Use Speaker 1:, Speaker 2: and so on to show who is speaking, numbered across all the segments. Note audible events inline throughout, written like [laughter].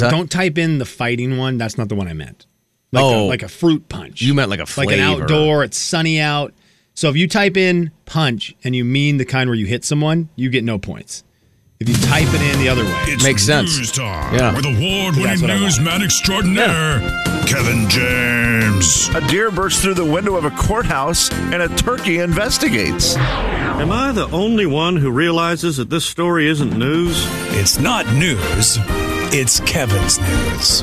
Speaker 1: that?
Speaker 2: Don't type in the fighting one. That's not the one I meant. Like a,
Speaker 1: Oh.
Speaker 2: like a fruit punch.
Speaker 1: You meant like a
Speaker 2: like an
Speaker 1: flavor.
Speaker 2: outdoor. It's sunny out. So if you type in punch and you mean the kind where you hit someone, you get no points. If you type it in the other way,
Speaker 3: It's
Speaker 1: Makes sense.
Speaker 3: News time
Speaker 1: Yeah.
Speaker 3: with award-winning
Speaker 2: That's what I want.
Speaker 3: newsman extraordinaire Kevin James.
Speaker 4: A deer bursts through the window of a courthouse and a turkey investigates.
Speaker 5: Am I the only one who realizes that this story isn't news?
Speaker 3: It's not news. It's Kevin's news.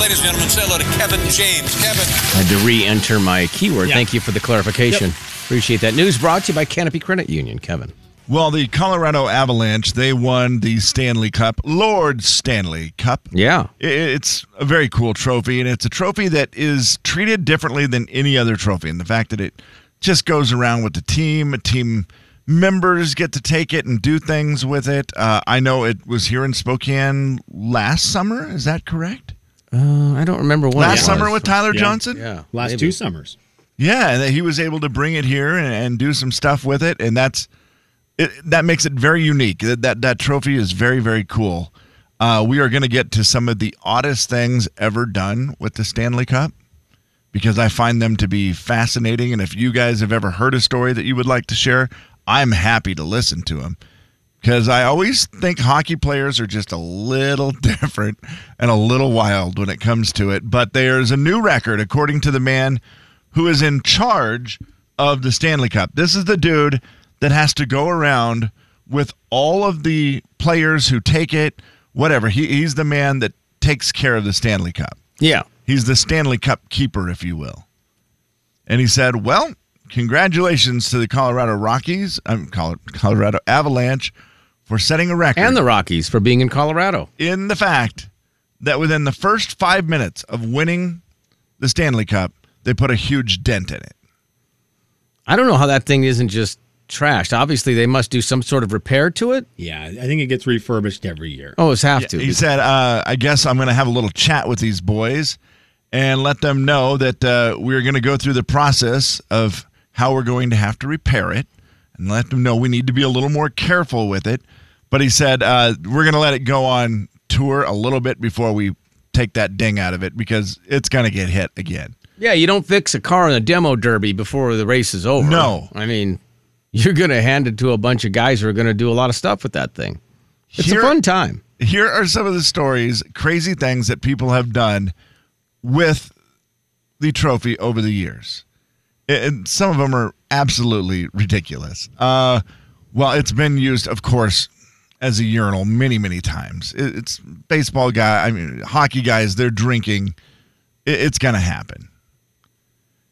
Speaker 6: Ladies and gentlemen, say hello to Kevin James. Kevin.
Speaker 1: I had to re-enter my keyword.
Speaker 2: Yeah.
Speaker 1: Thank you for the clarification. Appreciate that. News brought to you by Canopy Credit Union, Kevin.
Speaker 7: Well, the Colorado Avalanche, they won the Stanley Cup, Lord Stanley Cup.
Speaker 1: Yeah.
Speaker 7: I- It's a very cool trophy, and it's a trophy that is treated differently than any other trophy. And the fact that it just goes around with the team, team members get to take it and do things with it. Uh, I know it was here in Spokane last summer. Is that correct?
Speaker 1: Uh, I don't remember when. it
Speaker 7: last
Speaker 1: was.
Speaker 7: summer with Tyler
Speaker 2: Yeah.
Speaker 7: Johnson?
Speaker 1: Yeah.
Speaker 2: last
Speaker 1: maybe.
Speaker 2: two summers.
Speaker 7: Yeah, and that he was able to bring it here and, and do some stuff with it, and that's it, that makes it very unique. That that, that trophy is very very cool. Uh, we are going to get to some of the oddest things ever done with the Stanley Cup because I find them to be fascinating. And if you guys have ever heard a story that you would like to share, I'm happy to listen to them because I always think hockey players are just a little [laughs] different and a little wild when it comes to it. But there's a new record, according to the man who is in charge of the Stanley Cup. This is the dude that has to go around with all of the players who take it, whatever. He, he's the man that takes care of the Stanley Cup.
Speaker 1: Yeah.
Speaker 7: He's the Stanley Cup keeper, if you will. And he said, Well, congratulations to the Colorado Rockies, um, Col- Colorado Avalanche, for setting a record
Speaker 1: And the Rockies for being in Colorado.
Speaker 7: in the fact that within the first five minutes of winning the Stanley Cup, they put a huge dent in it.
Speaker 1: I don't know how that thing isn't just trashed. Obviously, they must do some sort of repair to it.
Speaker 2: Yeah, I think it gets refurbished every year.
Speaker 1: Oh, it's have to.
Speaker 7: He said, uh, I guess I'm going to have a little chat with these boys and let them know that uh, we're going to go through the process of how we're going to have to repair it and let them know we need to be a little more careful with it. But he said, uh, we're going to let it go on tour a little bit before we take that ding out of it because it's going to get hit again.
Speaker 1: yeah, you don't fix a car in a demo derby before the race is over.
Speaker 7: No.
Speaker 1: I mean, [laughs] you're going to hand it to a bunch of guys who are going to do a lot of stuff with that thing. It's
Speaker 7: Here-
Speaker 1: a fun time.
Speaker 7: here are some of the stories, crazy things that people have done with the trophy over the years. And some of them are absolutely ridiculous. Uh, well, it's been used, of course, as a urinal many, many times. It- It's baseball guy, I mean, hockey guys, they're drinking. It- It's going to happen.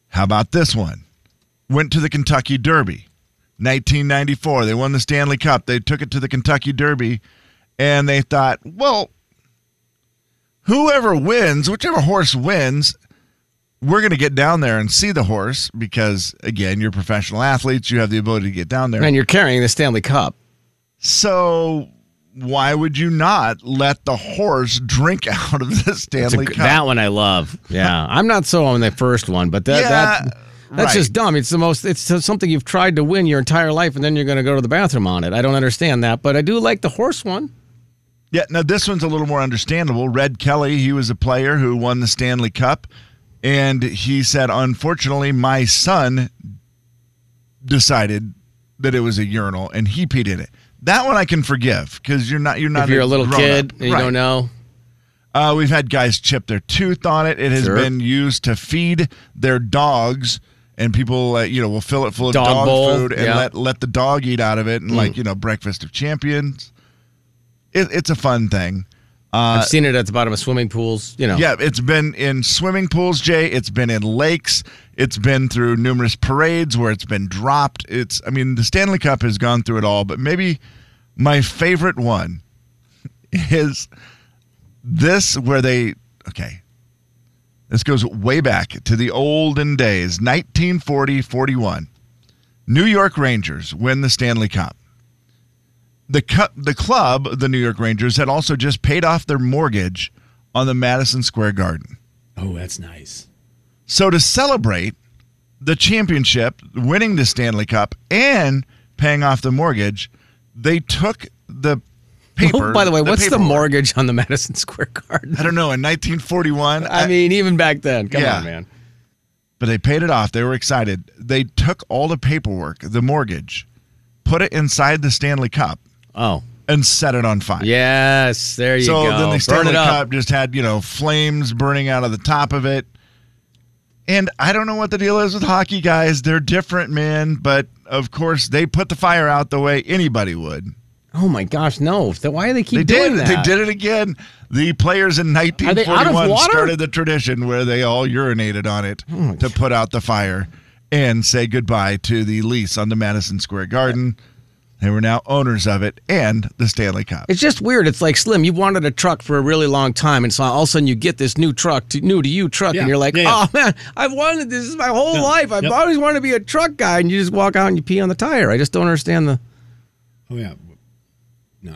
Speaker 7: How about this one? Went to the Kentucky Derby. 1994. They won the Stanley Cup. They took it to the Kentucky Derby, and they thought, well, whoever wins, whichever horse wins, we're going to get down there and see the horse because, again, you're professional athletes. You have the ability to get down there.
Speaker 1: And you're carrying the Stanley Cup.
Speaker 7: So why would you not let the horse drink [laughs] out of the
Speaker 1: It's a
Speaker 7: Stanley
Speaker 1: g-
Speaker 7: Cup?
Speaker 1: That one I love. Yeah, [laughs] I'm not so on the first one, but that,
Speaker 7: Yeah,
Speaker 1: that that's
Speaker 7: right.
Speaker 1: just dumb. It's the most. It's something you've tried to win your entire life, and then you're going to go to the bathroom on it. I don't understand that, but I do like the horse one.
Speaker 7: Yeah, now this one's a little more understandable. Red Kelly, he was a player who won the Stanley Cup, and he said, unfortunately, my son decided that it was a urinal and he peed in it. That one I can forgive because you're not you're not
Speaker 1: if you're a little
Speaker 7: grown-up.
Speaker 1: kid and you
Speaker 7: Right.
Speaker 1: don't know,
Speaker 7: Uh, we've had guys chip their tooth on it. It has
Speaker 1: Sure.
Speaker 7: been used to feed their dogs, and people, uh, you know, will fill it full of
Speaker 1: Dog
Speaker 7: dog,
Speaker 1: bowl,
Speaker 7: food and
Speaker 1: yeah. Mm.
Speaker 7: let let the dog eat out of it, and like you know, breakfast of champions. It, it's a fun thing.
Speaker 1: I've seen it at the bottom of swimming pools. You know, [laughs]
Speaker 7: Uh, Yeah, it's been in swimming pools, Jay. It's been in lakes. It's been through numerous parades where it's been dropped. It's, I mean, the Stanley Cup has gone through it all, but maybe my favorite one [laughs] is this where they, okay, this goes way back to the olden days, 1940 41. New York Rangers win the Stanley Cup. The, cu- the club, the New York Rangers, had also just paid off their mortgage on the Madison Square Garden.
Speaker 2: Oh, that's nice.
Speaker 7: So to celebrate the championship, winning
Speaker 1: [laughs]
Speaker 7: the Stanley Cup, and paying off the mortgage, they took the paper.
Speaker 1: Oh, By the way, what's the
Speaker 7: paperwork.
Speaker 1: mortgage on the [laughs] Madison Square Garden?
Speaker 7: I don't know. In 1941,
Speaker 1: I mean, even back then, come
Speaker 7: Uh, Yeah.
Speaker 1: on, man.
Speaker 7: but they paid it off. They were excited. They took all the paperwork, the mortgage, put it inside the Stanley Cup,
Speaker 1: Oh,
Speaker 7: and set it on fire.
Speaker 1: yes, there you
Speaker 7: so
Speaker 1: go.
Speaker 7: then the
Speaker 1: Burn
Speaker 7: Stanley
Speaker 1: it up.
Speaker 7: Cup just had you know flames burning out of the top of it. And I don't know what the deal is with hockey guys. They're different, man. But of course, they put the fire out the way anybody would.
Speaker 1: Oh my gosh, no! Th- Why do they keep
Speaker 7: They
Speaker 1: doing
Speaker 7: did. it.
Speaker 1: that?
Speaker 7: They did it again. The players in
Speaker 1: they out of
Speaker 7: 1941
Speaker 1: water? Oh
Speaker 7: started the tradition where they all urinated on it to put out the fire and say goodbye to the lease on the Madison Square Garden. They were now owners of it and the Stanley Cup.
Speaker 1: It's just weird. It's like Slim, you wanted a truck for a really long time, and so all of a sudden you get this new truck, to, new to you truck,
Speaker 2: Yeah.
Speaker 1: and you're like,
Speaker 2: Yeah, yeah.
Speaker 1: oh man, I've wanted this, this is my whole
Speaker 2: Yeah.
Speaker 1: life. I've
Speaker 2: Yep.
Speaker 1: always wanted to be a truck guy, and you just walk out and you pee on the tire. I just don't understand the.
Speaker 2: Oh yeah. No.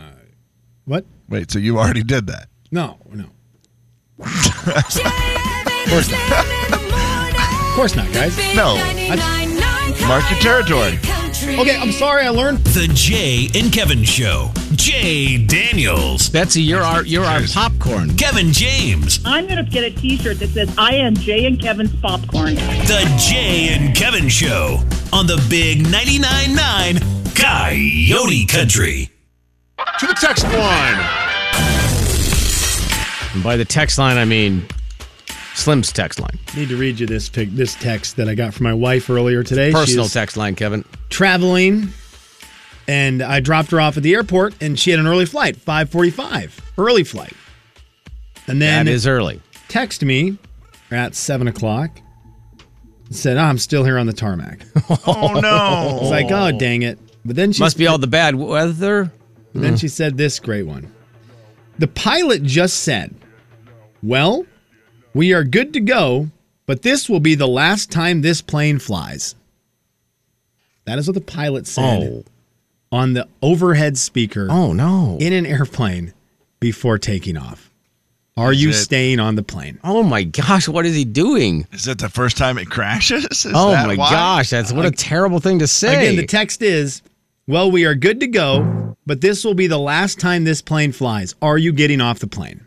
Speaker 2: What?
Speaker 7: Wait, so you already did that?
Speaker 2: No. No.
Speaker 8: Of course not.
Speaker 2: Of course not, guys.
Speaker 7: No.
Speaker 8: Mark your territory.
Speaker 2: Okay, I'm sorry. I learned.
Speaker 3: The Jay and Kevin Show. Jay Daniels.
Speaker 1: Betsy, you're our you're our popcorn.
Speaker 3: Kevin James.
Speaker 9: I'm going to get a T-shirt that says "I am Jay and Kevin's popcorn."
Speaker 3: The Jay and Kevin Show on the Big 99.9 9 Coyote Country.
Speaker 4: To the text line.
Speaker 1: And by the text line, I mean Slim's text line,
Speaker 2: Need to read you this pic, this text that I got from my wife earlier today.
Speaker 1: personal
Speaker 2: She's
Speaker 1: text line, Kevin.
Speaker 2: traveling, and I dropped her off at the airport, and she had an early flight, 5:45, early flight. And then
Speaker 1: that is early.
Speaker 2: text me at seven o'clock. and Said "Ah, I'm still here on the tarmac. [laughs] It's
Speaker 7: Oh no!
Speaker 2: like, oh dang it! But then she
Speaker 1: Must be all the bad weather.
Speaker 2: But
Speaker 1: Hmm.
Speaker 2: Then she said this great one. The pilot just said, Well, we are good to go, but this will be the last time this plane flies. That is what the pilot said
Speaker 1: Oh,
Speaker 2: on the overhead speaker
Speaker 1: oh no!
Speaker 2: in an airplane before taking off. Are you
Speaker 7: it-
Speaker 2: staying on the plane?
Speaker 1: oh my gosh, what is he doing?
Speaker 7: Is it the first time it crashes? Is
Speaker 1: oh
Speaker 7: that
Speaker 1: my
Speaker 7: why?
Speaker 1: gosh, that's what a terrible thing to say.
Speaker 2: Again, the text is, Well, we are good to go, but this will be the last time this plane flies. Are you getting off the plane?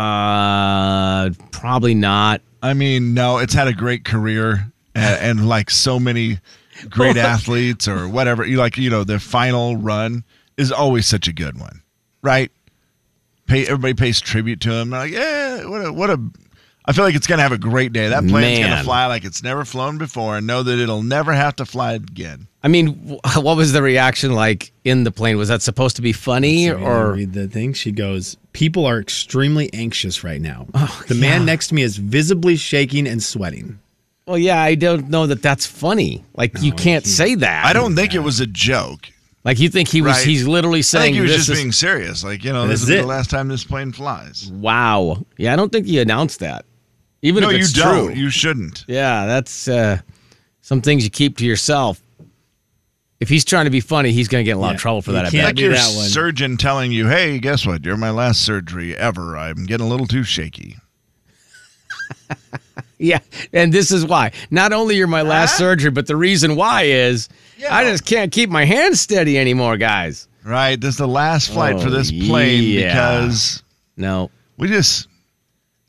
Speaker 1: Uh, probably not.
Speaker 7: I mean, no, it's had a great career and, and like so many
Speaker 1: [laughs]
Speaker 7: great athletes or whatever. You like, you know, the final run is always such a good one, right? Pay everybody pays tribute to him. They're Like, yeah, what a what a. I feel like it's gonna have a great day. That plane's
Speaker 1: Man.
Speaker 7: gonna fly like it's never flown before, and know that it'll never have to fly again.
Speaker 1: I mean, [laughs] wh- what was the reaction like in the plane? Was that supposed to be funny
Speaker 2: So you
Speaker 1: or?
Speaker 2: read the thing. She goes, "People are extremely anxious right now. the man next to me is visibly shaking and sweating."
Speaker 1: Well, yeah, I don't know that that's funny. Like you can't say that.
Speaker 7: I don't think it was a joke.
Speaker 1: like you think he was.
Speaker 7: Right.
Speaker 1: He's literally
Speaker 7: I
Speaker 1: saying
Speaker 7: think he was
Speaker 1: this
Speaker 7: just
Speaker 1: is
Speaker 7: being serious. Like, you know,
Speaker 2: This
Speaker 7: this,
Speaker 2: is
Speaker 7: will be
Speaker 2: it.
Speaker 7: the last time this plane flies.
Speaker 1: wow. Yeah, I don't think he announced that. Even
Speaker 7: no,
Speaker 1: if
Speaker 7: you
Speaker 1: it's
Speaker 7: don't.
Speaker 1: true.
Speaker 7: You shouldn't.
Speaker 1: yeah, that's uh, some things you keep to yourself. If he's trying to be funny, he's going to get in a lot
Speaker 2: Yeah,
Speaker 1: of trouble for
Speaker 2: you
Speaker 1: that. I
Speaker 2: can't
Speaker 1: bet.
Speaker 7: like
Speaker 2: do
Speaker 7: your
Speaker 2: that one.
Speaker 7: surgeon telling you, "Hey, guess what? You're my last surgery ever. I'm getting a little too shaky."
Speaker 1: [laughs] Yeah, and this is why. Not only you're my last surgery, but the reason why is I just can't keep my hands steady anymore, guys.
Speaker 7: Right? This is the last flight for
Speaker 1: Oh,
Speaker 7: this plane
Speaker 1: yeah.
Speaker 7: because
Speaker 1: No,
Speaker 7: we just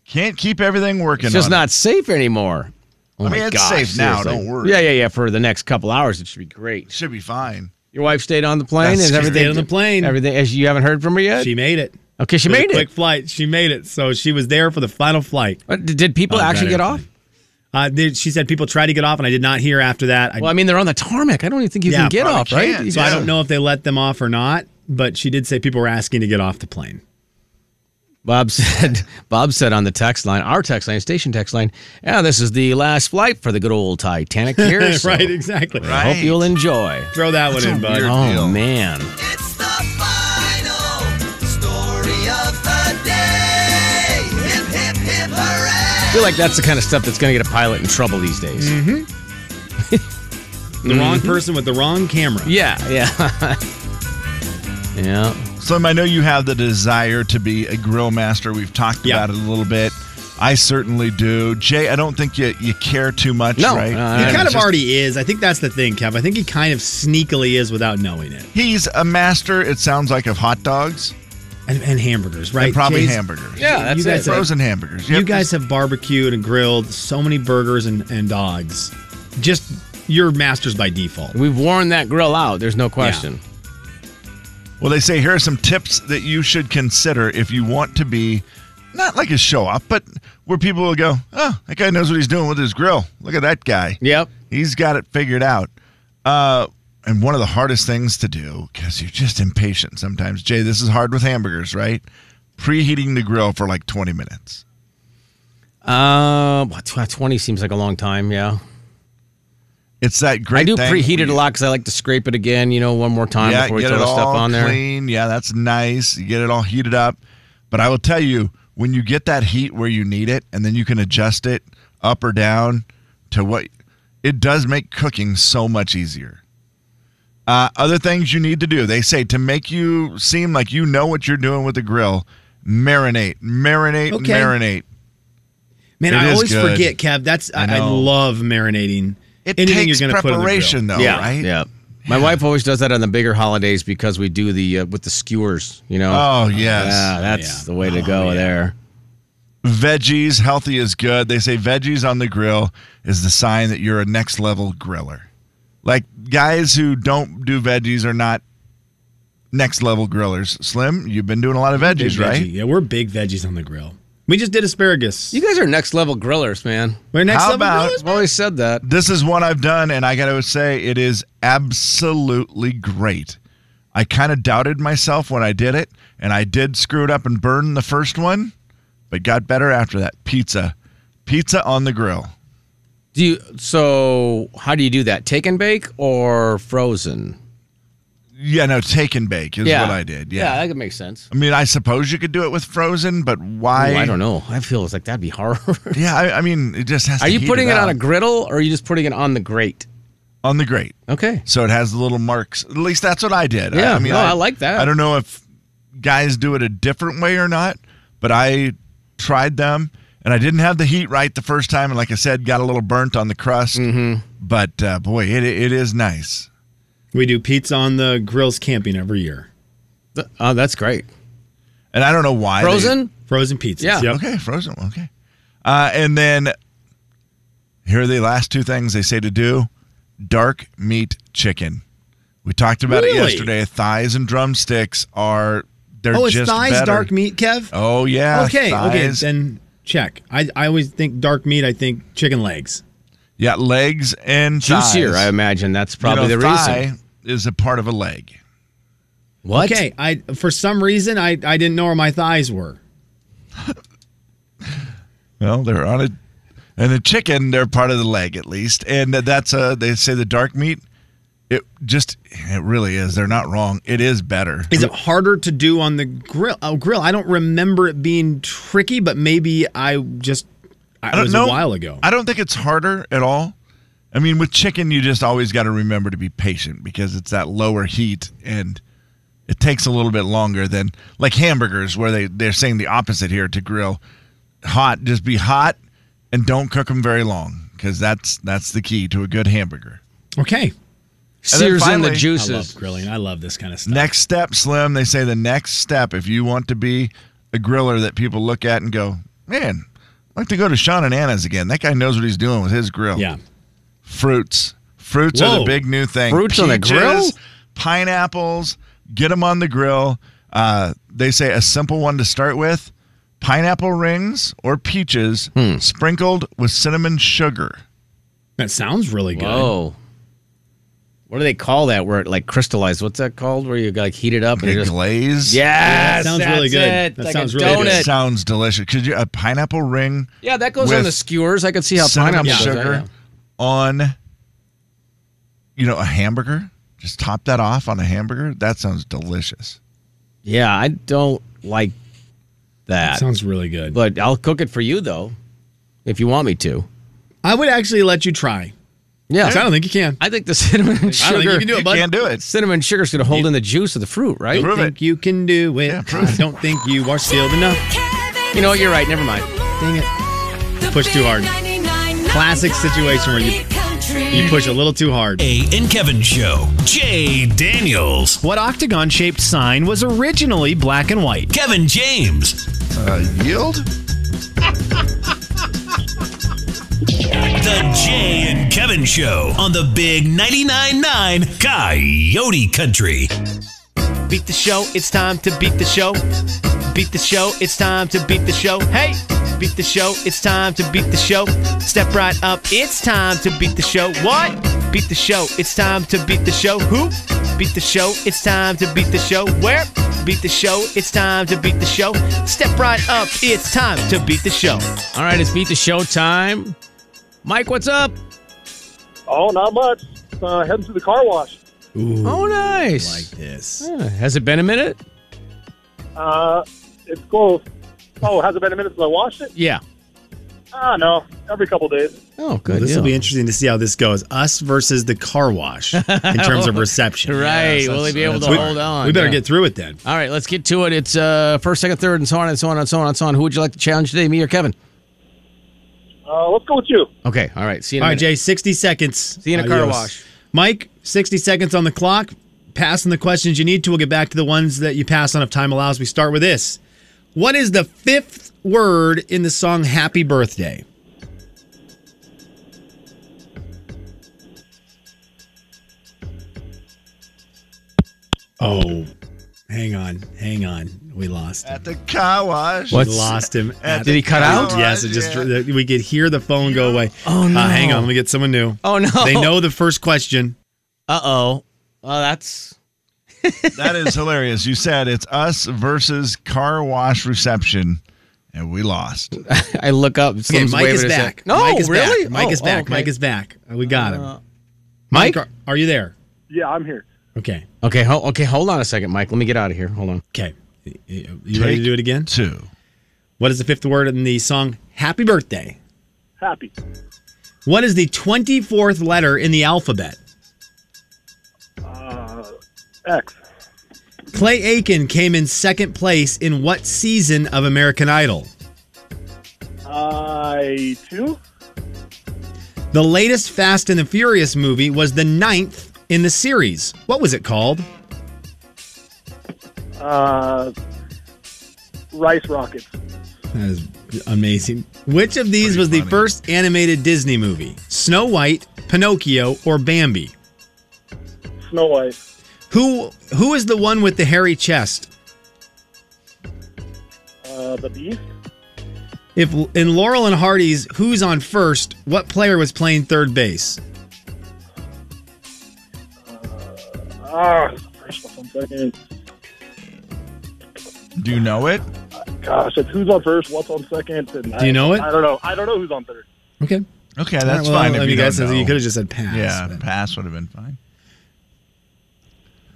Speaker 7: can't keep everything working.
Speaker 1: it's just
Speaker 7: on
Speaker 1: not safe anymore. Oh
Speaker 7: I mean,
Speaker 1: my
Speaker 7: it's
Speaker 1: gosh,
Speaker 7: safe now,
Speaker 1: seriously.
Speaker 7: don't worry.
Speaker 1: Yeah, yeah, yeah. For the next couple hours, it should be
Speaker 7: It.
Speaker 1: great.
Speaker 7: Should be fine.
Speaker 1: Your wife stayed on the plane.
Speaker 7: That's
Speaker 1: Is
Speaker 7: scary.
Speaker 1: everything
Speaker 2: Stayed on the plane.
Speaker 1: Everything. As you haven't heard from her yet.
Speaker 2: She made it.
Speaker 1: okay, she
Speaker 2: It was a
Speaker 1: made
Speaker 2: quick
Speaker 1: it.
Speaker 2: flight. She made it. So she was there for the final flight.
Speaker 1: What, did- Did people
Speaker 2: Oh,
Speaker 1: actually
Speaker 2: got
Speaker 1: get
Speaker 2: it.
Speaker 1: off?
Speaker 2: Uh, they- she said people tried to get off, and I did not hear after that. I,
Speaker 1: Well, I mean, they're on the tarmac. I don't even think you
Speaker 2: Yeah,
Speaker 1: can get
Speaker 7: probably
Speaker 1: off, right?
Speaker 7: can't.
Speaker 2: so I
Speaker 7: yeah.
Speaker 2: don't know if they let them off or not. But she did say people were asking to get off the plane. [laughs]
Speaker 1: Bob said. [laughs] Bob said on the text line, our text line, station text line. Yeah, this is the last flight for the good old
Speaker 7: [laughs]
Speaker 1: Titanic here. so-
Speaker 2: right? Exactly.
Speaker 1: I hope you'll enjoy.
Speaker 2: Throw that one
Speaker 7: That's a
Speaker 2: in, bud.
Speaker 7: weird-
Speaker 1: Oh
Speaker 7: deal.
Speaker 1: man.
Speaker 8: It's the final story of the day. Hip, hip, hip,
Speaker 1: I
Speaker 8: hooray.
Speaker 1: feel like that's the kind of stuff that's going to get a pilot in trouble these days.
Speaker 7: Mm-hmm.
Speaker 2: The wrong person with the wrong camera.
Speaker 1: Yeah, yeah. [laughs] yeah.
Speaker 7: Slim, I know you have the desire to be a grill master. We've talked
Speaker 2: Yeah.
Speaker 7: about it a little bit. I certainly do. Jay, I don't think you, you care too much,
Speaker 1: No,
Speaker 7: right?
Speaker 1: uh,
Speaker 2: He
Speaker 1: I
Speaker 7: And
Speaker 2: kind of
Speaker 7: just-
Speaker 2: already is. I think that's the thing, Kev. I think he kind of sneakily is without knowing it.
Speaker 7: He's a master, it sounds like, of hot dogs
Speaker 2: And, and hamburgers, right?
Speaker 7: and probably
Speaker 2: Jay's-
Speaker 7: hamburgers.
Speaker 1: Yeah, that's
Speaker 2: you guys
Speaker 1: it.
Speaker 2: have-
Speaker 7: Frozen hamburgers.
Speaker 2: You
Speaker 7: Yep.
Speaker 2: guys have barbecued and grilled so many burgers and, and dogs. Just you're masters by default.
Speaker 1: We've worn that grill out. There's no question.
Speaker 7: Well, they say here are some tips that you should consider if you want to be not like a show off, but where people will go, oh, that guy knows what he's doing with his grill. Look at that guy.
Speaker 1: Yep.
Speaker 7: He's got it figured out. Uh, and one of the hardest things to do, because you're just impatient sometimes. Jay, this is hard with hamburgers, right? Preheating the grill for like 20 minutes.
Speaker 1: Uh, what, tw- 20 seems like a long time. Yeah.
Speaker 7: It's that great.
Speaker 1: I do
Speaker 7: thing
Speaker 1: preheat
Speaker 7: where
Speaker 1: it a
Speaker 7: you-
Speaker 1: lot because I like to scrape it again, you know, one more time
Speaker 7: Yeah,
Speaker 1: before we
Speaker 7: get
Speaker 1: throw
Speaker 7: it
Speaker 1: the
Speaker 7: all
Speaker 1: stuff on there.
Speaker 7: clean. Yeah, that's nice. You get it all heated up. But I will tell you, when you get that heat where you need it, and then you can adjust it up or down to what it does, make cooking so much easier. Uh, other things you need to do, they say, to make you seem like you know what you're doing with the grill, marinate, marinate,
Speaker 2: Okay.
Speaker 7: marinate.
Speaker 2: Man,
Speaker 7: It
Speaker 2: I
Speaker 7: is
Speaker 2: always
Speaker 7: good.
Speaker 2: forget, Kev. That's I,
Speaker 7: I
Speaker 2: I
Speaker 7: know.
Speaker 2: love marinating.
Speaker 7: It
Speaker 2: Anything
Speaker 7: takes
Speaker 2: you're gonna put on the grill.
Speaker 7: preparation, though,
Speaker 2: Yeah.
Speaker 7: right?
Speaker 1: Yeah. My wife always does that on the bigger holidays because we do the uh, with the skewers, you know.
Speaker 7: Oh, yes.
Speaker 1: Yeah, Oh, that's
Speaker 2: Yeah.
Speaker 1: the way to go there.
Speaker 7: Veggies, healthy is good. They say veggies on the grill is the sign that you're a next level griller. Like guys who don't do veggies are not next level grillers. Slim, you've been doing a lot of
Speaker 2: Big
Speaker 7: veggies, right?
Speaker 2: veggie. Yeah, we're big veggies on the grill. We just did asparagus.
Speaker 1: You guys are next level grillers, man.
Speaker 2: we're next
Speaker 7: How
Speaker 2: level
Speaker 7: about-
Speaker 2: grillers,
Speaker 1: I've always said that.
Speaker 7: This is one I've done, and I got to say, it is absolutely great. I kind of doubted myself when I did it, and I did screw it up and burn the first one, but got better after that. Pizza. Pizza on the grill.
Speaker 1: Do you so how do you do that? Take and bake or frozen?
Speaker 7: Yeah, no, take and bake is what I did.
Speaker 1: Yeah, that could make sense.
Speaker 7: I mean, I suppose you could do it with frozen, but why?
Speaker 1: Ooh, I don't know. I feel it's like that'd be [laughs] hard.
Speaker 7: Yeah, I, I mean, it just has.
Speaker 1: are
Speaker 7: to
Speaker 1: you
Speaker 7: heat
Speaker 1: putting it, on a
Speaker 7: up.
Speaker 1: griddle or are you just putting it on the grate?
Speaker 7: on the grate?
Speaker 1: Okay.
Speaker 7: So it has the little marks. At least that's what I did.
Speaker 1: Yeah,
Speaker 7: I, mean,
Speaker 1: no, I like that.
Speaker 7: I don't know if guys do it a different way or not, but I tried them and I didn't have the heat right the first time, and like I said, got a little burnt on the crust.
Speaker 1: Mm-hmm.
Speaker 7: But uh, boy, it it is nice.
Speaker 2: we do pizza on the grills camping every year.
Speaker 1: Th- Oh, that's great.
Speaker 7: And I don't know why they-
Speaker 1: Frozen?
Speaker 2: Frozen pizzas.
Speaker 1: Yeah.
Speaker 2: Yep.
Speaker 7: Okay, frozen. Okay. Uh, and then here are the last two things they say to do dark meat chicken. We talked about it
Speaker 2: Really?
Speaker 7: yesterday. Thighs and drumsticks are, they're
Speaker 2: Oh, it's
Speaker 7: just
Speaker 2: thighs,
Speaker 7: better.
Speaker 2: dark meat, Kev.
Speaker 7: Oh, yeah.
Speaker 2: okay, okay,
Speaker 7: thighs.
Speaker 2: then check. I, I always think dark meat. I think chicken legs.
Speaker 7: yeah, legs and thighs.
Speaker 1: Juicier, I imagine. That's
Speaker 7: You know,
Speaker 1: probably the
Speaker 7: thigh
Speaker 1: reason.
Speaker 7: is a part of a leg.
Speaker 1: What?
Speaker 2: Okay, I for some reason I, I didn't know where my thighs were.
Speaker 7: Well, they're on a, and the chicken, they're part of the leg at least. And that's a, they say the dark meat, it just, it really is. They're not wrong. It is better.
Speaker 2: Is it harder to do on the grill? Oh, grill. I don't remember it being tricky, but maybe I just I,
Speaker 7: I don't
Speaker 2: it was
Speaker 7: know.
Speaker 2: a while ago.
Speaker 7: I don't think it's harder at all. I mean, with chicken, you just always got to remember to be patient because it's that lower heat and it takes a little bit longer than like hamburgers, where they they're saying the opposite here to grill. Hot, just be hot and don't cook them very long because that's that's the key to a good hamburger.
Speaker 2: okay,
Speaker 1: Sears in the
Speaker 7: finally- I
Speaker 2: I love
Speaker 1: juices.
Speaker 2: grilling. I love this kind of stuff.
Speaker 7: Next step, Slim. They say the next step, if you want to be a griller that people look at and go, man, I'd like to go to Sean and Anna's again. That guy knows what he's doing with his grill.
Speaker 2: Yeah.
Speaker 7: fruits. Fruits are the
Speaker 2: Whoa.
Speaker 7: big new thing.
Speaker 1: Fruits on the grill?
Speaker 7: Pineapples. Get them on the grill. Uh, they say a simple one to start with: pineapple rings or peaches sprinkled with cinnamon sugar.
Speaker 2: That sounds really good.
Speaker 1: Whoa. What do they call that? Where it like crystallized? What's that called? Where you like heat it up and
Speaker 7: They
Speaker 1: it [laughs] just
Speaker 7: glaze.
Speaker 1: yes,
Speaker 2: sounds
Speaker 1: that's
Speaker 2: really good.
Speaker 1: It.
Speaker 2: That
Speaker 1: like
Speaker 2: sounds
Speaker 1: a
Speaker 2: really
Speaker 1: donut.
Speaker 2: good.
Speaker 7: It sounds delicious. Could you a pineapple ring?
Speaker 1: Yeah, that goes on
Speaker 7: with
Speaker 1: the skewers. I could see how
Speaker 7: cinnamon
Speaker 1: pineapple does that,
Speaker 7: sugar
Speaker 1: yeah.
Speaker 7: on, you know, a hamburger. Just top that off on a hamburger. That sounds delicious.
Speaker 1: Yeah, I don't like that,
Speaker 2: That sounds really good.
Speaker 1: but I'll cook it for you though, if you want me to.
Speaker 2: I would actually let you try.
Speaker 1: Yeah,
Speaker 2: 'Cause I don't think you can.
Speaker 1: [laughs] I think the cinnamon and
Speaker 2: I don't
Speaker 1: sugar
Speaker 2: think you can do it,
Speaker 7: You
Speaker 2: bud.
Speaker 7: can't do it.
Speaker 1: cinnamon sugar's gonna hold in the juice of the fruit, right?
Speaker 7: Prove
Speaker 2: think you can do it.
Speaker 7: Yeah, prove
Speaker 2: I don't think you are skilled enough.
Speaker 1: You know, you're right. Never mind.
Speaker 2: Dang it. Push too hard. Classic situation where you- You push a little too hard.
Speaker 3: A and Kevin Show. Jay Daniels.
Speaker 10: What octagon shaped sign was originally black and white?
Speaker 3: Kevin James.
Speaker 7: Uh, yield?
Speaker 3: The Jay and Kevin Show on the Big 99.9 9 Coyote Country.
Speaker 10: Beat the show, it's time to beat the show. Beat the show, it's time to beat the show. Hey! Beat the show, it's time to beat the show. Step right up, it's time to beat the show. What? Beat the show, it's time to beat the show. Who? Beat the show, it's time to beat the show. Where? Beat the show, it's time to beat the show. Step right up, it's time to beat the show.
Speaker 1: All right, it's beat the show time. Mike, what's up?
Speaker 11: [laughs] Oh, not much. Uh, heading to the car wash.
Speaker 2: Ooh,
Speaker 1: Oh,
Speaker 2: like
Speaker 1: nice.
Speaker 2: this.
Speaker 1: Yeah, has it been a minute?
Speaker 11: Uh, it's close. Oh, has it been a minute since I washed it?
Speaker 1: Yeah.
Speaker 11: Ah, no. Every couple days.
Speaker 1: Oh,
Speaker 2: Well,
Speaker 1: good.
Speaker 2: this will
Speaker 1: deal.
Speaker 2: be interesting to see how this goes. Us versus the car wash in
Speaker 10: [laughs]
Speaker 2: terms of reception.
Speaker 1: Right. will they be able to
Speaker 2: We-
Speaker 1: hold on?
Speaker 2: We better
Speaker 1: Yeah.
Speaker 2: get through it then.
Speaker 1: All right, let's get to it. It's uh, first, second, third, and so on and so on and so on and so on. Who would you like to challenge today, me or Kevin?
Speaker 11: Uh, let's go with you.
Speaker 1: Okay. All right. See you in
Speaker 2: All
Speaker 1: a
Speaker 2: right, Jay,
Speaker 1: minute.
Speaker 2: 60 seconds. See
Speaker 1: you in a car wash.
Speaker 2: Mike, 60 seconds on the clock. Passing the questions you need to. We'll get back to the ones that you pass on if time allows. We start with this. What is the fifth word in the song Happy Birthday? Oh, hang on. Hang on. We lost him.
Speaker 7: At the car wash.
Speaker 1: What?
Speaker 2: We lost him. at
Speaker 1: Did he cut out?
Speaker 2: Yes, it just
Speaker 7: Yeah.
Speaker 2: we could hear the phone go away.
Speaker 1: Oh, no.
Speaker 2: Uh, hang on, let me get someone new.
Speaker 1: Oh, no.
Speaker 2: They know the first question.
Speaker 1: Uh oh. Well, that's.
Speaker 7: That is hilarious. You said it's us versus car wash reception, and we lost.
Speaker 1: I look up.
Speaker 2: Okay,
Speaker 1: Slim's
Speaker 2: Mike
Speaker 1: waving
Speaker 2: is
Speaker 1: his hand.
Speaker 2: back.
Speaker 1: No,
Speaker 2: Mike is
Speaker 1: really?
Speaker 2: Back. Mike
Speaker 1: Oh,
Speaker 2: is back.
Speaker 1: okay.
Speaker 2: Mike is back. Uh, We got him.
Speaker 1: Uh,
Speaker 2: Mike, uh, are, are you there?
Speaker 11: Yeah, I'm here.
Speaker 2: Okay.
Speaker 1: Okay. Ho- okay. Hold on a second, Mike. Let me get out of here. Hold
Speaker 2: [laughs]
Speaker 1: on.
Speaker 2: Okay. You you ready to
Speaker 7: Take
Speaker 2: do it again?
Speaker 7: Two.
Speaker 2: What is the fifth word in the song Happy Birthday?
Speaker 11: Happy.
Speaker 2: What is the 24th letter in the alphabet?
Speaker 11: Uh, X.
Speaker 2: Clay Aiken came in second place in what season of American Idol?
Speaker 11: I two.
Speaker 2: The latest Fast and the Furious movie was the ninth in the series. What was it called?
Speaker 11: Uh, rice rockets.
Speaker 2: That is amazing. Which of these
Speaker 7: Pretty
Speaker 2: was the
Speaker 7: funny.
Speaker 2: first animated Disney movie? Snow White, Pinocchio, or Bambi?
Speaker 11: Snow White.
Speaker 2: Who who is the one with the hairy chest?
Speaker 11: Uh, the Beast.
Speaker 2: If in Laurel and Hardy's Who's on First, what player was playing third base?
Speaker 11: Ah, first one second.
Speaker 7: Do you know it?
Speaker 11: Gosh, it's who's on first, what's on second. And
Speaker 2: Do you know it?
Speaker 11: I don't know. I don't know who's on third.
Speaker 2: Okay.
Speaker 7: Okay, that's
Speaker 2: All right, well,
Speaker 7: fine.
Speaker 2: I
Speaker 7: If
Speaker 2: mean,
Speaker 7: you,
Speaker 2: guys,
Speaker 7: don't know.
Speaker 2: you could have just said pass.
Speaker 7: yeah,
Speaker 2: but-
Speaker 7: pass would have been fine.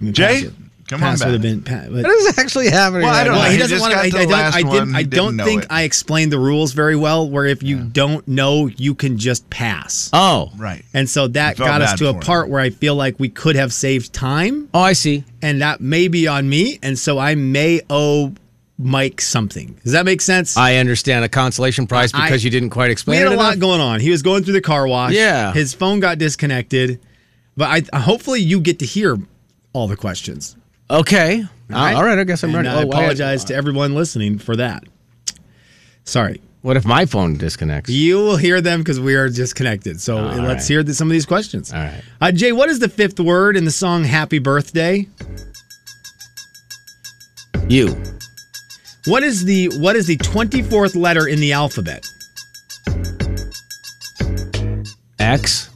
Speaker 2: I mean,
Speaker 7: Jay,
Speaker 2: pass would-
Speaker 7: come on
Speaker 2: pass
Speaker 7: back.
Speaker 2: would have been pa- but-
Speaker 1: is actually happening?
Speaker 7: Well, I don't
Speaker 2: Well,
Speaker 7: know.
Speaker 2: he
Speaker 7: He
Speaker 2: doesn't
Speaker 7: just
Speaker 2: want to.
Speaker 7: got
Speaker 2: I, I
Speaker 7: the
Speaker 2: don't.
Speaker 7: last
Speaker 2: I
Speaker 7: one.
Speaker 2: didn't. I
Speaker 7: He didn't
Speaker 2: don't
Speaker 7: know
Speaker 2: think
Speaker 7: it.
Speaker 2: I explained the rules very well. Where if you don't know, you can just pass.
Speaker 1: Oh.
Speaker 7: Right.
Speaker 2: And so that
Speaker 7: I felt
Speaker 2: got us
Speaker 7: bad
Speaker 2: to a
Speaker 7: for him.
Speaker 2: part where I feel like we could have saved time,
Speaker 1: Oh, I see.
Speaker 2: and that may be on me. And so I may owe Mike something. Does that make sense?
Speaker 1: I understand a consolation prize
Speaker 2: I-
Speaker 1: because you didn't quite
Speaker 2: we
Speaker 1: explain
Speaker 2: had
Speaker 1: it
Speaker 2: a lot
Speaker 1: enough.
Speaker 2: going on. He was going through the car wash.
Speaker 1: Yeah.
Speaker 2: His phone got disconnected, but I hopefully you get to hear all the questions.
Speaker 1: okay. All right.
Speaker 2: right.
Speaker 1: All right. I guess I'm
Speaker 2: And
Speaker 1: ready.
Speaker 2: I
Speaker 1: Oh, why-
Speaker 2: apologize to everyone listening for that. Sorry.
Speaker 1: What if my phone disconnects?
Speaker 2: You will hear them because we are disconnected. So
Speaker 1: All
Speaker 2: let's
Speaker 1: right.
Speaker 2: hear th- some of these questions.
Speaker 1: All right.
Speaker 2: Uh, Jay, what is the fifth word in the song Happy Birthday?
Speaker 1: You.
Speaker 2: What is the what is the 24th letter in the alphabet?
Speaker 1: X.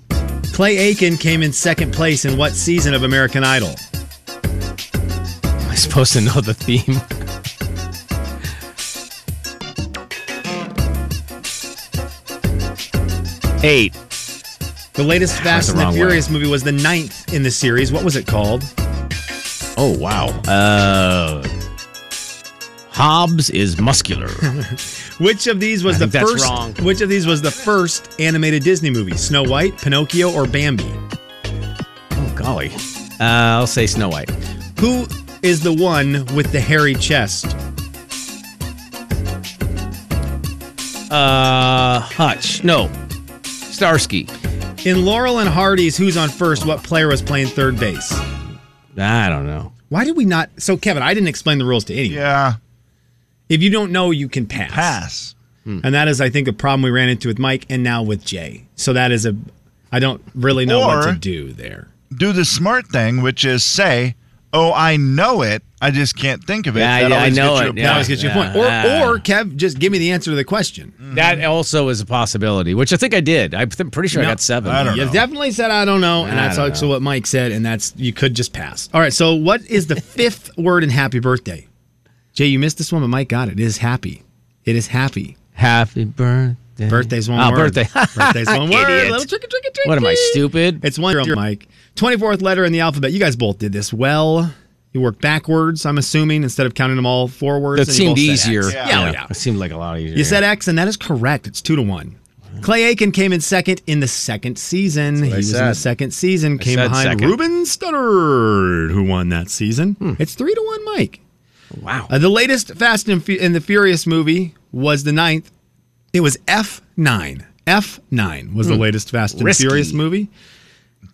Speaker 2: Clay Aiken came in second place in what season of American Idol?
Speaker 1: Am I supposed to know the theme? Eight.
Speaker 2: The latest Fast
Speaker 1: the
Speaker 2: and the
Speaker 1: wrong
Speaker 2: Furious movie was the ninth in the series. What was it called?
Speaker 1: Oh wow. Uh, Hobbs is muscular.
Speaker 2: Which of these was the
Speaker 1: I think that's
Speaker 2: first?
Speaker 1: wrong.
Speaker 2: Which of these was the first animated Disney movie? Snow White, Pinocchio, or Bambi?
Speaker 1: [laughs] oh golly. Uh, I'll say Snow White.
Speaker 2: Who is the one with the hairy chest?
Speaker 1: Uh, Hutch. No. Starsky.
Speaker 2: In Laurel and Hardy's Who's on First, what player was playing third base?
Speaker 1: I don't know.
Speaker 2: Why did we not? So, Kevin, I didn't explain the rules to anyone.
Speaker 7: Yeah.
Speaker 2: If you don't know, you can pass.
Speaker 7: Pass.
Speaker 2: And that is, I think, a problem we ran into with Mike and now with Jay. So that is a, I don't really know what
Speaker 7: Or-
Speaker 2: to do there.
Speaker 7: Do the smart thing, which is say, "Oh, I know it. I just can't think of it."
Speaker 1: Yeah, yeah, I
Speaker 7: always
Speaker 1: know
Speaker 7: gets you
Speaker 1: it.
Speaker 7: a
Speaker 1: Yeah.
Speaker 2: That always gets you a point. Or,
Speaker 1: Yeah.
Speaker 2: or Kev, just give me the answer to the question.
Speaker 1: That also is a possibility, which I think I did. I'm th- pretty sure I
Speaker 2: No,
Speaker 1: got seven.
Speaker 7: I don't
Speaker 2: You
Speaker 7: know.
Speaker 2: definitely said I don't know, and
Speaker 1: I
Speaker 2: that's
Speaker 1: don't
Speaker 2: also what Mike said, and that's you could just pass. All right, so what is the fifth word in happy birthday? Jay, you missed this one, but Mike got it. It is happy. It is happy.
Speaker 1: Happy birthday.
Speaker 2: Birthday's one
Speaker 1: Oh,
Speaker 2: word.
Speaker 1: birthday. [laughs]
Speaker 2: Birthday's one word.
Speaker 1: Idiot.
Speaker 2: Little tricky, tricky, tricky.
Speaker 1: What am I, stupid?
Speaker 2: It's one zero, Mike. Twenty fourth letter in the alphabet. You guys both did this well. You worked backwards. I'm assuming instead of counting them all forwards.
Speaker 1: That
Speaker 2: and you both
Speaker 1: seemed
Speaker 2: said
Speaker 1: easier.
Speaker 2: X. Yeah, yeah. yeah.
Speaker 1: It seemed like a lot easier.
Speaker 2: You said X, and that is correct. It's two to one. Clay Aiken came in second in the second season. He
Speaker 1: I
Speaker 2: was in the
Speaker 1: said.
Speaker 2: second season, came
Speaker 1: said
Speaker 2: behind
Speaker 1: second. Hmm.
Speaker 2: Ruben Studdard, who won that season. It's three to one, Mike.
Speaker 1: Wow.
Speaker 2: Uh, the latest Fast and, Fu- and the Furious movie was the ninth. It was F nine. F nine was the latest Fast and
Speaker 1: Hmm. Risky. uh,
Speaker 2: Furious movie.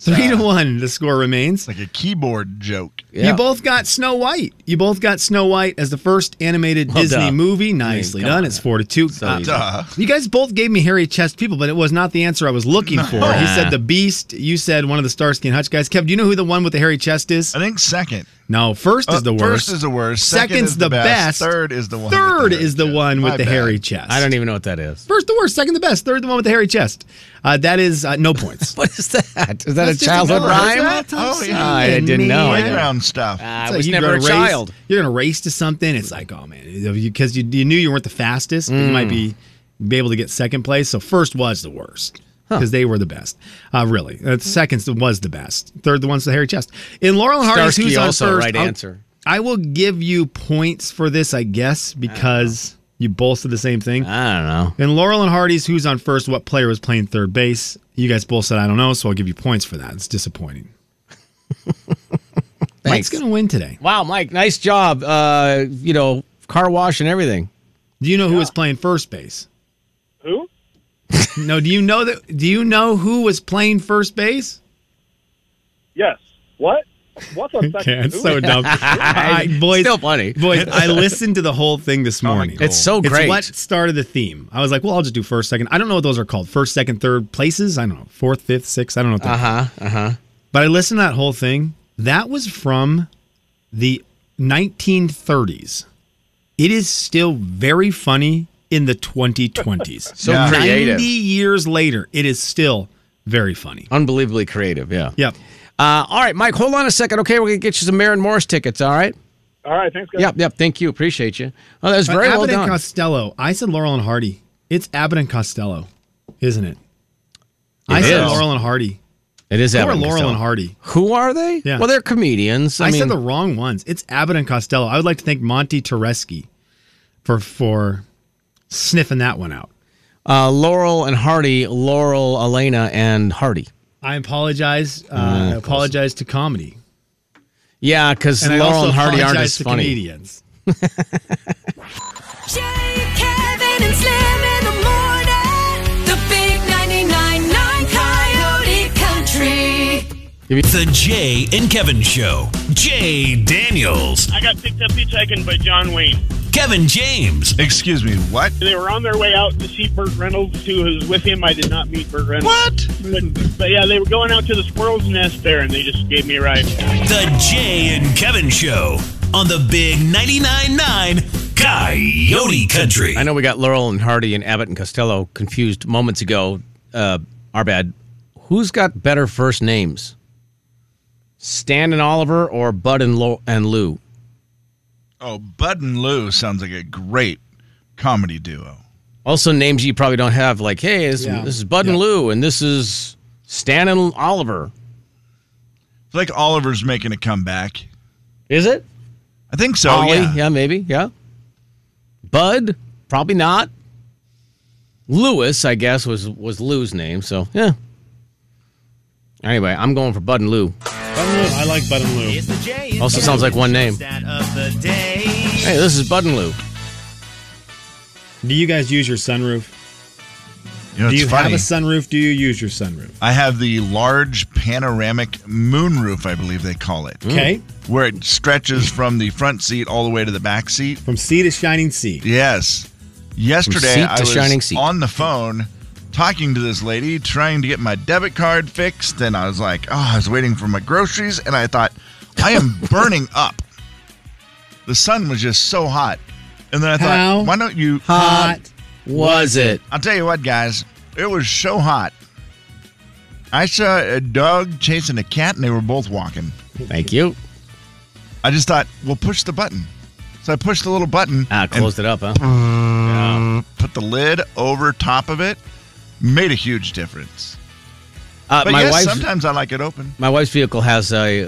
Speaker 2: Three to one, the score remains.
Speaker 7: Like a keyboard joke.
Speaker 1: Yeah.
Speaker 2: You both got Snow White. You both got Snow White as the first animated
Speaker 1: Well,
Speaker 2: Disney
Speaker 1: duh.
Speaker 2: movie. Nicely
Speaker 1: come
Speaker 2: done.
Speaker 1: on.
Speaker 2: It's four to two.
Speaker 1: So
Speaker 2: Uh,
Speaker 1: easy.
Speaker 7: Duh.
Speaker 2: you guys both gave me hairy chest people, but it was not the answer I was looking for. He said the beast. You said one of the Starsky and Hutch guys. Kev, do you know who the one with the hairy chest is?
Speaker 1: Uh,
Speaker 7: I think second.
Speaker 2: No, first
Speaker 7: Uh,
Speaker 2: is the worst.
Speaker 7: First is the worst.
Speaker 2: Second's
Speaker 7: Second is
Speaker 2: the best.
Speaker 7: Third is the one. with
Speaker 2: Third
Speaker 7: hairy
Speaker 2: is the
Speaker 7: chest.
Speaker 2: one with
Speaker 7: My
Speaker 2: the
Speaker 7: bad. e-
Speaker 2: hairy chest.
Speaker 1: I don't even know what that is.
Speaker 2: First the worst, second the best, third the one with the hairy chest. Uh, that is uh, no points.
Speaker 1: What is that? Is that
Speaker 2: That's just
Speaker 1: a childhood
Speaker 2: another-
Speaker 1: rhyme?
Speaker 2: That's what I'm
Speaker 1: oh, yeah. I
Speaker 2: saying,
Speaker 1: didn't know. I,
Speaker 2: man.
Speaker 1: didn't-
Speaker 7: Playground stuff.
Speaker 1: [laughs] I
Speaker 2: It's like
Speaker 1: was
Speaker 2: you
Speaker 1: never a
Speaker 2: gotta race-
Speaker 1: child.
Speaker 2: You're gonna race to something. It's like, oh man, because you, you knew you weren't the fastest, but you might be
Speaker 1: Mm.
Speaker 2: be able to get second place. So first was the worst because they were the best. Uh, really, uh, second was the best. Third, the ones with the hairy chest. In Laurel and Hardy's,
Speaker 1: Starsky
Speaker 2: who's on
Speaker 1: also,
Speaker 2: first?
Speaker 1: right
Speaker 2: I'll-
Speaker 1: answer.
Speaker 2: I will give you points for this, I guess, because you both did the same thing.
Speaker 1: I don't know.
Speaker 2: In Laurel and Hardy's, who's on first? What player was playing third base? You guys both said I don't know, so I'll give you points for that. It's disappointing. Mike's
Speaker 1: [laughs] Thanks.
Speaker 2: gonna win today.
Speaker 1: Wow, Mike, nice job. Uh, you know, car wash and everything.
Speaker 2: Do you know who was playing first base?
Speaker 11: Who?
Speaker 2: No, do you know that? Do you know who was playing first base?
Speaker 11: Yes. What? What's [laughs] on second?
Speaker 2: Okay, it's
Speaker 11: Who?
Speaker 2: [laughs] so dumb. I, boys,
Speaker 1: Still funny.
Speaker 2: boys, I listened to the whole thing this morning.
Speaker 1: Oh It's so great.
Speaker 2: It's what started the theme. I was like, well, I'll just do first, second. I don't know what those are called. First, second, third places. I don't know. Fourth, fifth, sixth. I don't know. What they're
Speaker 1: Uh huh. Uh huh.
Speaker 2: But I listened to that whole thing. That was from the 1930s. It is still very funny in the 2020s.
Speaker 1: [laughs] So
Speaker 7: Yeah.
Speaker 1: creative.
Speaker 2: 90 years later, it is still very funny.
Speaker 1: Unbelievably creative. Yeah.
Speaker 2: Yep.
Speaker 1: Uh, all right, Mike, hold on a second. Okay, we're going to get you some Marin Morris tickets. All right.
Speaker 11: All right. Thanks, guys.
Speaker 1: Yep. Yep. Thank you. Appreciate you. Oh, that was very
Speaker 2: Abbott
Speaker 1: well
Speaker 2: and
Speaker 1: done.
Speaker 2: Costello. I said Laurel and Hardy. It's Abbott and Costello, isn't it? I said
Speaker 1: is.
Speaker 2: Laurel and Hardy.
Speaker 1: it is
Speaker 2: Who
Speaker 1: Abbott
Speaker 2: are Laurel
Speaker 1: Costello.
Speaker 2: and Hardy?
Speaker 1: Who are they?
Speaker 2: Yeah.
Speaker 1: Well, they're comedians. I,
Speaker 2: I,
Speaker 1: mean,
Speaker 2: said the wrong ones. It's Abbott and Costello. I would like to thank Monty Tereski for for sniffing that one out.
Speaker 1: uh, Laurel and Hardy, Laurel, Elena, and Hardy.
Speaker 2: I apologize.
Speaker 1: Mm,
Speaker 2: Uh, I apologize to comedy.
Speaker 1: Yeah, because
Speaker 2: And I
Speaker 1: Laurel
Speaker 2: also
Speaker 1: and Hardy aren't
Speaker 2: apologize
Speaker 1: as
Speaker 2: to
Speaker 1: funny.
Speaker 2: comedians.
Speaker 12: Jay, Kevin, and Slim in the morning. The big 99.9 Coyote Country.
Speaker 3: The Jay and Kevin Show. Jay Daniels,
Speaker 11: I got picked up and taken by John Wayne.
Speaker 3: Kevin James,
Speaker 7: Excuse me. What?
Speaker 11: They were on their way out to see Burt Reynolds, who was with him. I did not meet Burt Reynolds.
Speaker 7: What?
Speaker 11: But, but yeah, they were going out to the squirrel's nest there, and they just gave me a ride.
Speaker 3: The Jay and Kevin Show on the Big 99.9 9 Coyote Country.
Speaker 1: I know we got Laurel and Hardy and Abbott and Costello confused moments ago. Uh, our bad. Who's got better first names? Stan and Oliver or Bud and, Lo- and Lou?
Speaker 7: Oh, Bud and Lou sounds like a great comedy duo.
Speaker 1: Also, names you probably don't have, like, hey, this,
Speaker 2: Yeah.
Speaker 1: this is Bud and
Speaker 2: Yeah.
Speaker 1: Lou, and this is Stan and Oliver.
Speaker 7: It's like Oliver's making a comeback.
Speaker 1: Is it?
Speaker 7: I think so.
Speaker 1: Ollie,
Speaker 7: Oh, yeah.
Speaker 1: maybe, yeah. Bud, probably not. Lewis, I guess, was was Lou's name, so yeah. Anyway, I'm going for Bud and Lou.
Speaker 2: I like Bud and Lou.
Speaker 10: It's the Jay and
Speaker 1: Also
Speaker 10: Kevin
Speaker 1: sounds like one
Speaker 10: Show
Speaker 1: name.
Speaker 10: Stat of the day.
Speaker 1: Hey, this is Bud and Lou.
Speaker 2: Do you guys use your sunroof?
Speaker 7: You know,
Speaker 2: do
Speaker 7: it's
Speaker 2: you have
Speaker 7: funny.
Speaker 2: a sunroof? Do you use your sunroof?
Speaker 7: I have the large panoramic moonroof, I believe they call
Speaker 1: Mm.
Speaker 7: it.
Speaker 2: Okay.
Speaker 7: Where
Speaker 1: [laughs]
Speaker 7: it stretches from the front seat all the way to the back seat.
Speaker 2: From seat to shining seat.
Speaker 7: Yes. Yesterday,
Speaker 1: seat to
Speaker 7: I was
Speaker 1: shining seat.
Speaker 7: on the phone talking to this lady, trying to get my debit card fixed. And I was like, oh, I was waiting for my groceries. And I thought,
Speaker 1: [laughs]
Speaker 7: I am burning up. The sun was just so hot. And then I thought,
Speaker 2: How
Speaker 7: why don't you.
Speaker 1: Uh,
Speaker 7: Um,
Speaker 2: hot
Speaker 1: was it?
Speaker 7: I'll tell you what, guys. It was so hot. I saw a dog chasing a cat, and they were both walking.
Speaker 1: Thank you.
Speaker 7: I just thought, well, push the button. So I pushed the little button.
Speaker 1: Ah, closed it up, huh?
Speaker 7: Put the lid over top of it. Made a huge difference.
Speaker 1: Uh,
Speaker 7: but
Speaker 1: my
Speaker 7: yes,
Speaker 1: wife's-
Speaker 7: sometimes I like it open.
Speaker 1: My wife's vehicle has a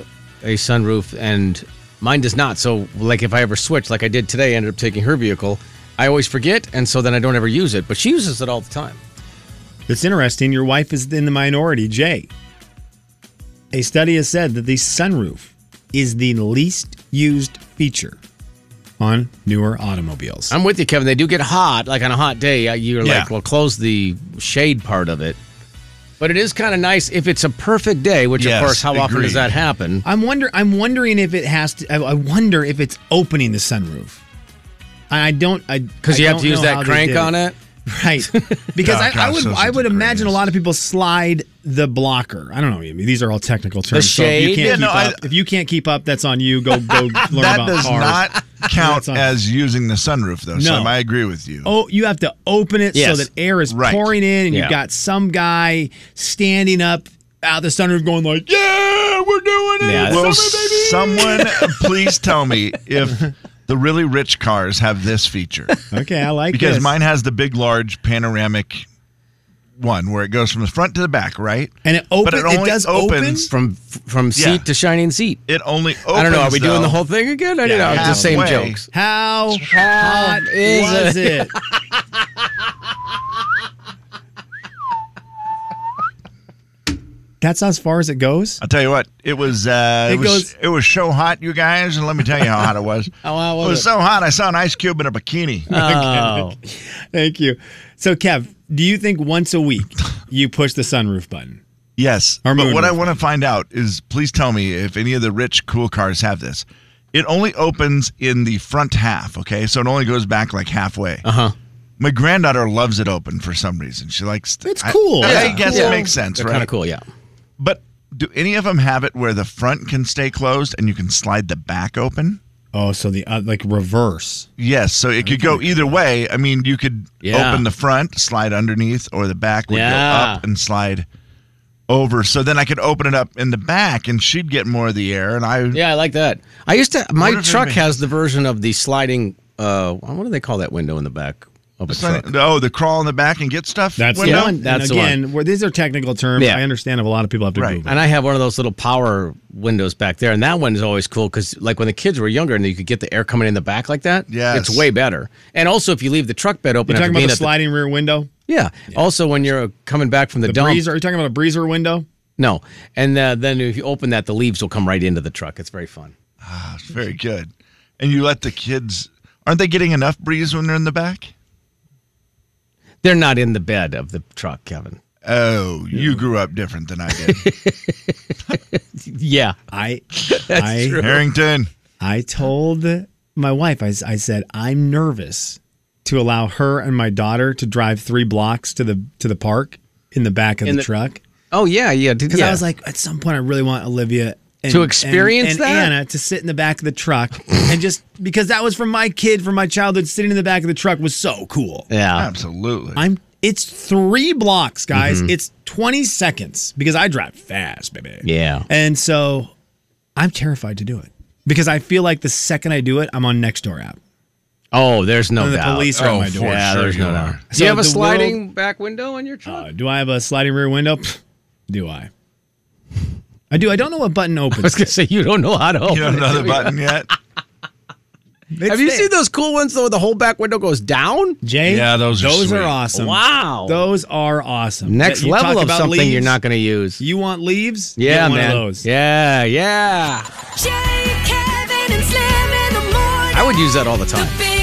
Speaker 1: a sunroof, and mine does not. So, like, if I ever switch, like I did today, I ended up taking her vehicle. I always forget, and so then I don't ever use it. But she uses it all the time.
Speaker 2: It's interesting. Your wife is in the minority, Jay. A study has said that the sunroof is the least used feature on newer automobiles.
Speaker 1: I'm with you, Kevin. They do get hot, like on a hot day. uh, You're
Speaker 2: Yeah.
Speaker 1: like, well, close the shade part of it. But it is kind of nice if it's a perfect day, which
Speaker 7: Yes,
Speaker 1: of course, how often does
Speaker 7: agreed.
Speaker 1: that happen?
Speaker 2: I'm wonder. I'm wondering if it has to. I I wonder if it's opening the sunroof. I I don't. I
Speaker 1: Because
Speaker 2: I
Speaker 1: you have
Speaker 2: don't
Speaker 1: to use
Speaker 2: know how
Speaker 1: that
Speaker 2: they
Speaker 1: crank
Speaker 2: did
Speaker 1: on it. [laughs]
Speaker 2: right? Because
Speaker 7: Oh,
Speaker 2: I, I
Speaker 7: gosh,
Speaker 2: would.
Speaker 7: those
Speaker 2: I
Speaker 7: are
Speaker 2: would
Speaker 7: the
Speaker 2: imagine a lot of people slide the blocker. I don't know. I mean, these are all technical terms. So if you
Speaker 1: shade?
Speaker 2: can't
Speaker 1: Yeah,
Speaker 2: keep
Speaker 1: no, I-
Speaker 2: up, if you can't keep up, that's on you.
Speaker 7: [laughs]
Speaker 2: Go go learn
Speaker 7: that
Speaker 2: about
Speaker 7: does
Speaker 2: cars.
Speaker 1: [laughs]
Speaker 7: not count
Speaker 2: That's on-
Speaker 7: as using the sunroof, though.
Speaker 2: No.
Speaker 7: Sam, I agree with you.
Speaker 2: Oh, you have to open it
Speaker 7: Yes.
Speaker 2: so that air is
Speaker 7: Right.
Speaker 2: pouring in, and
Speaker 7: Yeah.
Speaker 2: you've got some guy standing up out the sunroof going like, "Yeah, we're doing it."
Speaker 1: Yeah.
Speaker 7: Will someone please tell me if the really rich cars have this
Speaker 1: [laughs]
Speaker 7: feature?
Speaker 2: Okay, I like
Speaker 7: because
Speaker 2: this.
Speaker 7: mine has the big, large panoramic one where it goes from the front to the back, right?
Speaker 2: And it
Speaker 7: But
Speaker 2: open- it
Speaker 7: only
Speaker 2: does open?
Speaker 1: from from seat
Speaker 7: Yeah.
Speaker 1: to shining seat.
Speaker 7: It only opens.
Speaker 1: I don't know. Are we doing
Speaker 7: though,
Speaker 1: the whole thing again? I don't know. It's the same
Speaker 7: halfway.
Speaker 1: jokes.
Speaker 2: How hot
Speaker 1: is
Speaker 2: was
Speaker 1: it?
Speaker 2: it?
Speaker 7: [laughs]
Speaker 2: That's as far as it goes.
Speaker 7: I'll tell you what. It was. Uh, it,
Speaker 2: It
Speaker 7: was.
Speaker 2: goes-
Speaker 7: It was so hot, you guys. And let me tell you how hot it was.
Speaker 1: How hot
Speaker 7: it
Speaker 1: was
Speaker 7: was
Speaker 1: it?
Speaker 7: so hot. I saw an ice cube in a bikini.
Speaker 2: Uh,
Speaker 1: Oh.
Speaker 2: [laughs] Thank you. So, Kev, do you think once a week you push the sunroof button?
Speaker 7: Yes.
Speaker 2: Or
Speaker 7: but
Speaker 2: moon
Speaker 7: what I
Speaker 2: roof.
Speaker 7: want to find out is please tell me if any of the rich, cool cars have this. It only opens in the front half, okay? So it only goes back like halfway. Uh
Speaker 1: huh.
Speaker 7: My granddaughter loves it open for some reason. She likes
Speaker 2: It's cool.
Speaker 7: I, I
Speaker 2: Yeah.
Speaker 7: guess
Speaker 2: Cool.
Speaker 7: it makes sense,
Speaker 1: They're
Speaker 7: right?
Speaker 1: kind of cool, yeah.
Speaker 7: But do any of them have it where the front can stay closed and you can slide the back open?
Speaker 2: Oh, so the uh, like reverse.
Speaker 7: Yes. So it could go either way. I mean, you could
Speaker 1: Yeah.
Speaker 7: open the front, slide underneath, or the back would go
Speaker 1: Yeah.
Speaker 7: up and slide over. So then I could open it up in the back and she'd get more of the air. And I,
Speaker 1: Yeah, I like that. I used to. My
Speaker 7: Wonder if
Speaker 1: truck
Speaker 7: anybody-
Speaker 1: has the version of the sliding. Uh, what do they call that window in the back of a truck?
Speaker 7: oh, the crawl in the back and get stuff?
Speaker 2: That's
Speaker 7: window?
Speaker 2: the one.
Speaker 1: that's
Speaker 2: and
Speaker 1: the one.
Speaker 2: again, where these are technical terms.
Speaker 1: Yeah.
Speaker 2: I understand if a lot of people have to
Speaker 7: Right.
Speaker 2: Google.
Speaker 1: And I have one of those little power windows back there, and that one is always cool because, like, when the kids were younger and you could get the air coming in the back like that,
Speaker 7: Yes.
Speaker 1: it's way better. And also, if you leave the truck bed open,
Speaker 2: You're talking
Speaker 1: after being
Speaker 2: about the
Speaker 1: at the-
Speaker 2: sliding rear window,
Speaker 1: yeah. Also, when you're coming back from the,
Speaker 2: the
Speaker 1: dump,
Speaker 2: breezer. Are you talking about a breezer window?
Speaker 1: no, and uh, then if you open that, the leaves will come right into the truck. It's very fun.
Speaker 7: That's very good. And you let the kids, aren't they getting enough breeze when they're in the back?
Speaker 1: They're not in the bed of the truck, Kevin.
Speaker 7: Oh, you grew up different than I did.
Speaker 1: Yeah, [laughs]
Speaker 2: I, I,
Speaker 1: true.
Speaker 7: Harrington.
Speaker 2: I told my wife, I, s- I said, I'm nervous to allow her and my daughter to drive three blocks to the to the park in the back of
Speaker 1: In
Speaker 2: the,
Speaker 1: the-
Speaker 2: truck.
Speaker 1: Oh yeah, yeah.
Speaker 2: Because
Speaker 1: yeah.
Speaker 2: I was like, at some point, I really want Olivia and,
Speaker 1: To experience
Speaker 2: and, and
Speaker 1: that?
Speaker 2: Anna to sit in the back of the truck and just because that was from my kid from my childhood. Sitting in the back of the truck was so cool.
Speaker 1: yeah.
Speaker 7: Absolutely.
Speaker 2: I'm. It's three blocks, guys.
Speaker 1: Mm-hmm.
Speaker 2: It's 20 seconds because I drive fast, baby.
Speaker 1: Yeah.
Speaker 2: And so I'm terrified to do it because I feel like the second I do it, I'm on Nextdoor app.
Speaker 1: Oh, there's no
Speaker 2: And the
Speaker 1: doubt.
Speaker 2: police are on
Speaker 1: oh,
Speaker 2: my door.
Speaker 1: Yeah,
Speaker 7: Sure
Speaker 1: there's
Speaker 7: you
Speaker 1: no
Speaker 7: are.
Speaker 1: doubt. Do
Speaker 2: So
Speaker 1: you have a
Speaker 2: the world-
Speaker 1: sliding back window on your truck?
Speaker 2: Uh, do I have a sliding rear window? Pfft, do I? I do. I don't know what button
Speaker 1: [laughs] I was
Speaker 2: opens.
Speaker 1: gonna
Speaker 2: it.
Speaker 1: say [laughs] you don't know how to open.
Speaker 7: You don't
Speaker 1: it,
Speaker 7: know the
Speaker 1: do you?
Speaker 7: button yet?
Speaker 2: It's
Speaker 1: Have you
Speaker 2: there.
Speaker 1: seen those cool ones though? where The whole back window goes down.
Speaker 2: Jay?
Speaker 7: Yeah, those are
Speaker 2: those
Speaker 7: sweet.
Speaker 2: are awesome.
Speaker 1: Wow.
Speaker 2: those are awesome.
Speaker 1: Next
Speaker 2: That- you
Speaker 1: level
Speaker 2: talk
Speaker 1: of
Speaker 2: about
Speaker 1: something you're
Speaker 2: leaves.
Speaker 1: not gonna use.
Speaker 2: You want leaves?
Speaker 1: Yeah,
Speaker 2: Get one
Speaker 1: man.
Speaker 2: Of those.
Speaker 1: Yeah, yeah.
Speaker 12: Jay, Kevin, and Slim in the morning.
Speaker 1: I would use that all the time.
Speaker 12: The big